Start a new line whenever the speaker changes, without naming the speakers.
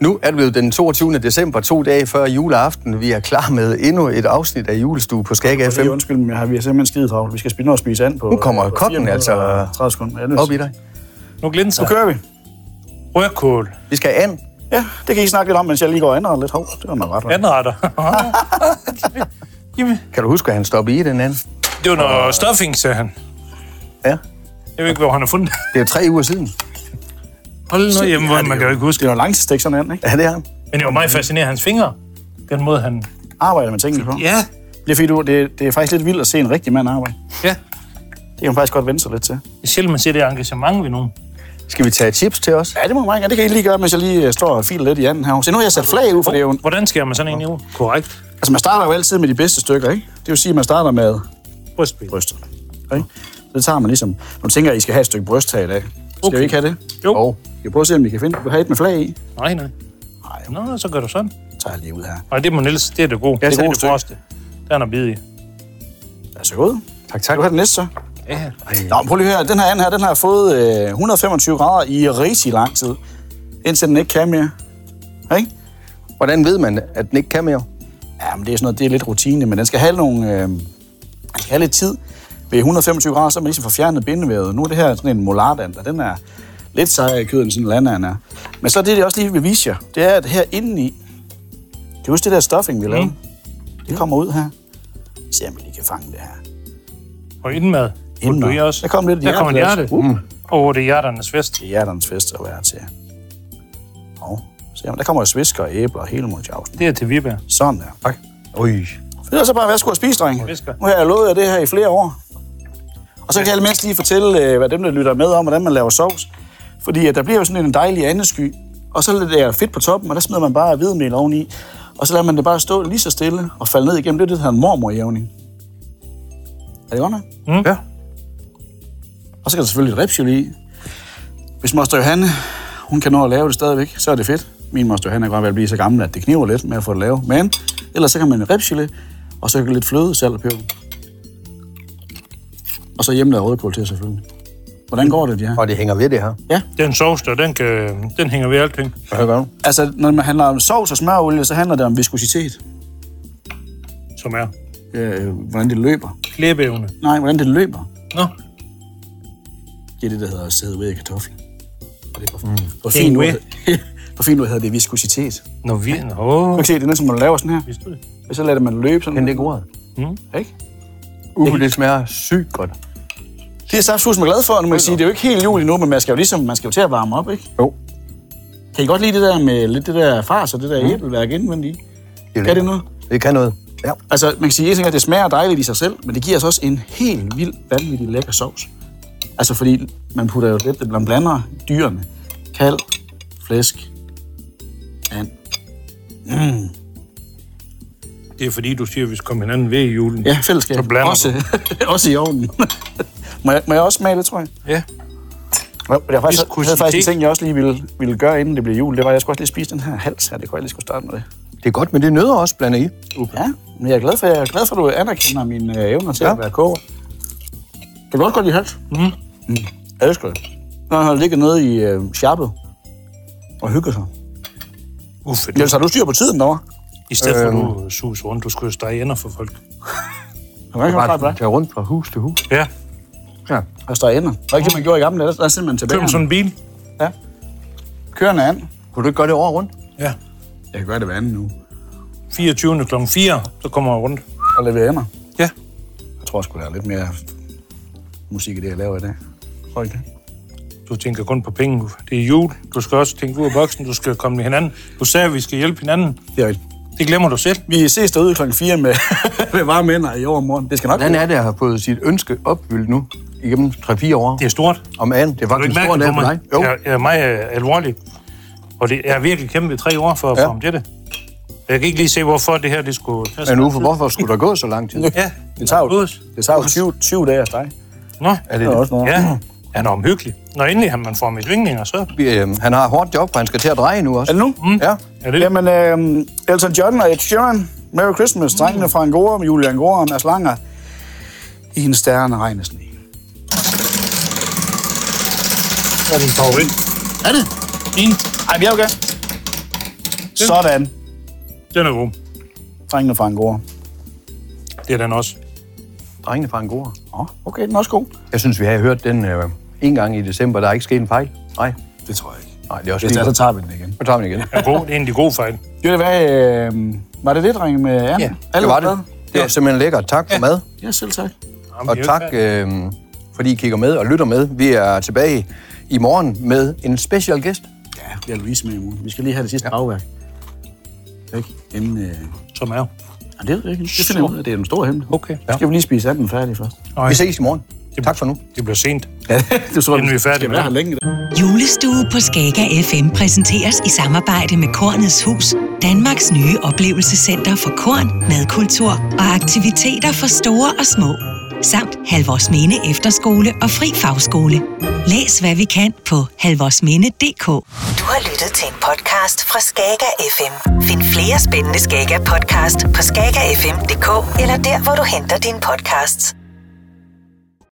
Nu er det blevet den 22. december, to dage før juleaften. Vi er klar med endnu et afsnit af Julestue på Skag
Jeg
FM.
undskyld, men jeg har, vi har simpelthen skide travlt. Vi skal spille noget at spise an på...
Nu kommer
på
kokken,
4
altså.
minutter og 30 sekunder. Ja, det er-
Op i dig.
Nu glinser
Nu
okay.
kører vi.
rødkål.
Vi skal an.
Ja, det kan I snakke lidt om, mens jeg lige går andre lidt. Hov, det var noget ret.
Anretter. Jamen,
Kan du huske, at han stoppede i den anden?
det var noget stuffing, sagde han.
Ja.
Jeg ved ikke, hvor han har fundet det.
Det er jo tre uger siden.
Hold nu hjemme, hvor man kan jo ikke huske
Det er jo langtidstik sådan en, ikke?
Ja, det er han.
Men jeg var meget fascineret af hans fingre. Den måde, han...
Arbejder med tingene på.
Ja,
Det er, fordi du, det, det er faktisk lidt vildt at se en rigtig mand arbejde.
ja.
Det kan man faktisk godt vende sig lidt til.
Det er sjældent, man ser det engagement ved nogen.
Skal vi tage chips til os?
Ja, det må man meget gerne. Det kan I lige gøre, mens jeg lige øh, står og filer lidt i anden her. Se, nu har jeg sat flag ud, for det er jo...
Hvordan skærer man sådan en ud? Korrekt.
Altså, man starter jo altid med de bedste stykker, ikke? Det vil sige, at man starter med
Brystben.
brystet. Ikke? Så det tager man ligesom... Nu tænker jeg, at I skal have et stykke bryst her i dag. Skal
Okay.
okay. vi ikke have det?
Jo.
Og jeg prøver at se, om I kan finde... Vil du have et med flag i?
Nej, nej. Nå, så gør du sådan.
Så tager jeg lige ud her.
Nej, det må Niels, det er det gode.
Ja,
det
så
er
er
det
det
første. Der er noget bid i.
Lad os se ud.
Tak,
Kan
tak.
du have den næste, så?
Ja.
Nå, men prøv lige at høre. Den her anden her, den har fået øh, 125 grader i rigtig lang tid. Indtil den ikke kan mere. Ikke?
Hvordan ved man, at den ikke kan mere?
Ja, men det er sådan noget, det er lidt rutine, men den skal have nogle... Øh, den skal have lidt tid. Ved 125 grader, så er man ligesom får fjernet bindevævet. Nu er det her sådan en molardand, og den er lidt sejere i kødet, end sådan en landand er. Men så er det, det også lige vil vise jer, det er, at her indeni... Kan du huske det der stuffing, vi lavede? Det kommer ud her. Se, om vi lige kan fange det her.
Og indmad. Inden du i
Indenå.
også.
Der kom lidt
Der kom et hjerte.
hjerte.
Mm,
Uh,
Og det er hjerternes fest.
det er hjerternes fest at være til. Og, se, om der kommer jo svisker og æbler og hele mojausen.
Det er til Vibær.
Sådan der.
Tak. Ui.
Det er så bare værsgo at spise, dreng.
Værsgo.
Nu har jeg lovet jer det her i flere år. Og så kan jeg mindst lige fortælle, øh, hvad dem, der lytter med om, hvordan man laver sovs. Fordi at der bliver jo sådan en dejlig andesky, og så lidt der fedt på toppen, og der smider man bare hvidmel oveni. Og så lader man det bare stå lige så stille og falde ned igennem. Det er det, der hedder en mormorjævning. Er det godt nok?
Hm?
Ja.
Og så kan der selvfølgelig et ribsjuli i. Hvis Moster Johanne, hun kan nå at lave det stadigvæk, så er det fedt. Min Moster Johanne er godt ved at blive så gammel, at det kniver lidt med at få det lavet. Men ellers så kan man en ribsjuli, og så lidt fløde, salt og peber. Og så hjemmelavet rødkål til selvfølgelig. Hvordan går det, de her?
Og det hænger ved det her.
Den sovs der, den, kan, den hænger ved alting.
Hvad gør du?
Altså, når man handler om sovs og smørolie, så handler det om viskositet.
Som er
Øh, hvordan det løber.
klæbeevne.
Nej, hvordan det løber.
Nå,
Det er det, der hedder sædvæde kartofle. Og det er på, på,
Hæng
fin måde,
ved.
på fin måde hedder det viskositet.
når vi... Nå,
Du kan se, det er næsten, når du laver sådan her.
vidste du det?
Og så lader man løbe sådan.
Kan det ikke ordet?
Hmm?
Ikke?
Uh, det smager sygt godt.
Det er saftsus, man er glad for, nu må jeg sige. Det er jo ikke helt jul endnu, men man skal jo ligesom, man skal jo til at varme op, ikke?
Jo.
Kan I godt lide det der med lidt det der fars og det der mm. æbleværk indvendt i? Kan det noget?
Det kan noget. Ja.
Altså, man kan sige, en ting er, at det smager dejligt i sig selv, men det giver os også en helt vild, vanvittig lækker sovs. Altså, fordi man putter jo lidt, man blander dyrene. Kald, flæsk, and.
Det er fordi, du siger, at vi skal komme hinanden ved i julen.
Ja, fællesskab.
Så blander
også, også i ovnen. må, jeg, må jeg også smage det, tror jeg?
ja.
Jo, jeg faktisk,
Viskositet.
havde faktisk en ting, jeg også lige ville, ville gøre, inden det blev jul. Det var, at jeg skulle også lige spise den her hals her. Det kunne jeg lige skulle starte med det.
Det er godt, men det nødder også blandet i.
Ja, men jeg er glad for, jeg er glad for at du anerkender mine øh, evner til ja.
Ja.
at være koger. Kan du også godt lide hals? Mm. mm. Jeg elsker det. Når han har ligget nede i øh, sjappet og hygget sig.
Uff, det,
Niels, har du styr på tiden derovre?
i stedet for, at du suser rundt, du skal jo stege ender for folk.
Det var ikke så
Bare
klart,
tage rundt fra hus til hus.
Ja,
Ja.
Og står ender. Det var ikke det, man gjorde i gamle dage. Der, der sendte man tilbage.
køb sådan en bil.
Ja. Kørende an.
Kunne du ikke gøre det over rundt?
Ja.
Jeg kan gøre det hver anden nu.
24. kl. 4, så kommer jeg rundt.
Og levere ender.
Ja.
Jeg tror sgu, der er lidt mere musik i det, jeg laver i dag. Tror I ikke det?
Du tænker kun på penge. Det er jul. Du skal også tænke ud af boksen. Du skal komme med hinanden. Du sagde, at vi skal hjælpe hinanden.
Det er rigtigt.
Det glemmer du selv.
Vi ses derude klokken 4 med, med varme hænder i overmorgen. Det skal nok
Hvordan er det at have fået sit ønske opfyldt nu? Igennem 3-4 år
Det er stort.
om an. Det er
Har du
faktisk
ikke
en stor
mærket
dag
det på
for dig. Jo.
mig? Jeg, jeg er meget øh, alvorlig. Og det, jeg har virkelig kæmpet i tre år for at ja.
Ja.
komme til det. Jeg kan ikke lige se, hvorfor det her det skulle... tage så
Men
lang
Uffe,
tid.
hvorfor skulle der gå så lang tid?
Ja,
Det tager jo,
Overhovedet.
det tager jo 20, 20 dage hos dig.
Nå,
Er det,
Det er også noget.
ja. Han er omhyggelig. Når endelig han man får med svingninger, så
øh, han
Mm.
har et hårdt job, for han skal til at dreje nu også.
Mm. Er det nu?
Ja.
er det...
Jamen, øh, Elton øhm, John og Ed Sheeran Merry Christmas, drengene fra Angora med Julian Angora og Mads Langer i en stærne regnesne.
Så er din favorit.
Er det?
Fint.
Ej, vi er okay. Mm. Sådan,
Den er god.
drengene fra Angora.
Det er den også.
Drengene fra Angora.
Nå, okay, den er også god.
Jeg synes, vi har hørt den øh, en gang i december. Der er ikke sket en fejl. Nej,
Det tror jeg ikke.
Nej det er også
Hvis det er,
lige
så
godt.
tager vi den igen.
Så tager vi den igen.
Den er god. Det er en af de gode fejl.
Det var, øh, var det det, drenge, med Anna?
Ja, det var det. Det var
Ja.
simpelthen lækkert. Tak for mad.
Ja, selv tak.
Jamen,
Og
det er jo
tak,
ikke-
øh, fordi I kigger med og lytter med. Vi er tilbage i morgen med en special gæst.
Ja, vi har Louise med i morgen. Vi skal lige have det sidste ja. bagværk. Ikke? Inden, øh...
Som er.
Ej, det ved jeg ikke. Det finder jeg ud af. Det er en stor hemmelighed.
Okay.
Ja. Skal vi lige spise af den færdig først?
Nej,
Vi ses i morgen. Tak for nu.
det bliver sent.
Ja, det tror jeg.
Inden vi er færdige
Skal
med
være
det.
her længe.
Julestue på Skaga FM præsenteres i samarbejde med Kornets Hus, Danmarks nye oplevelsescenter for korn, madkultur og aktiviteter for store og små. Samt Halvorsminde Efterskole og Fri Fagskole. Læs hvad vi kan på halvorsminde.dk.
Du har lyttet til en podcast fra Skager FM. Find flere spændende Skager podcast på skagerfm.dk eller der, hvor du henter dine podcasts.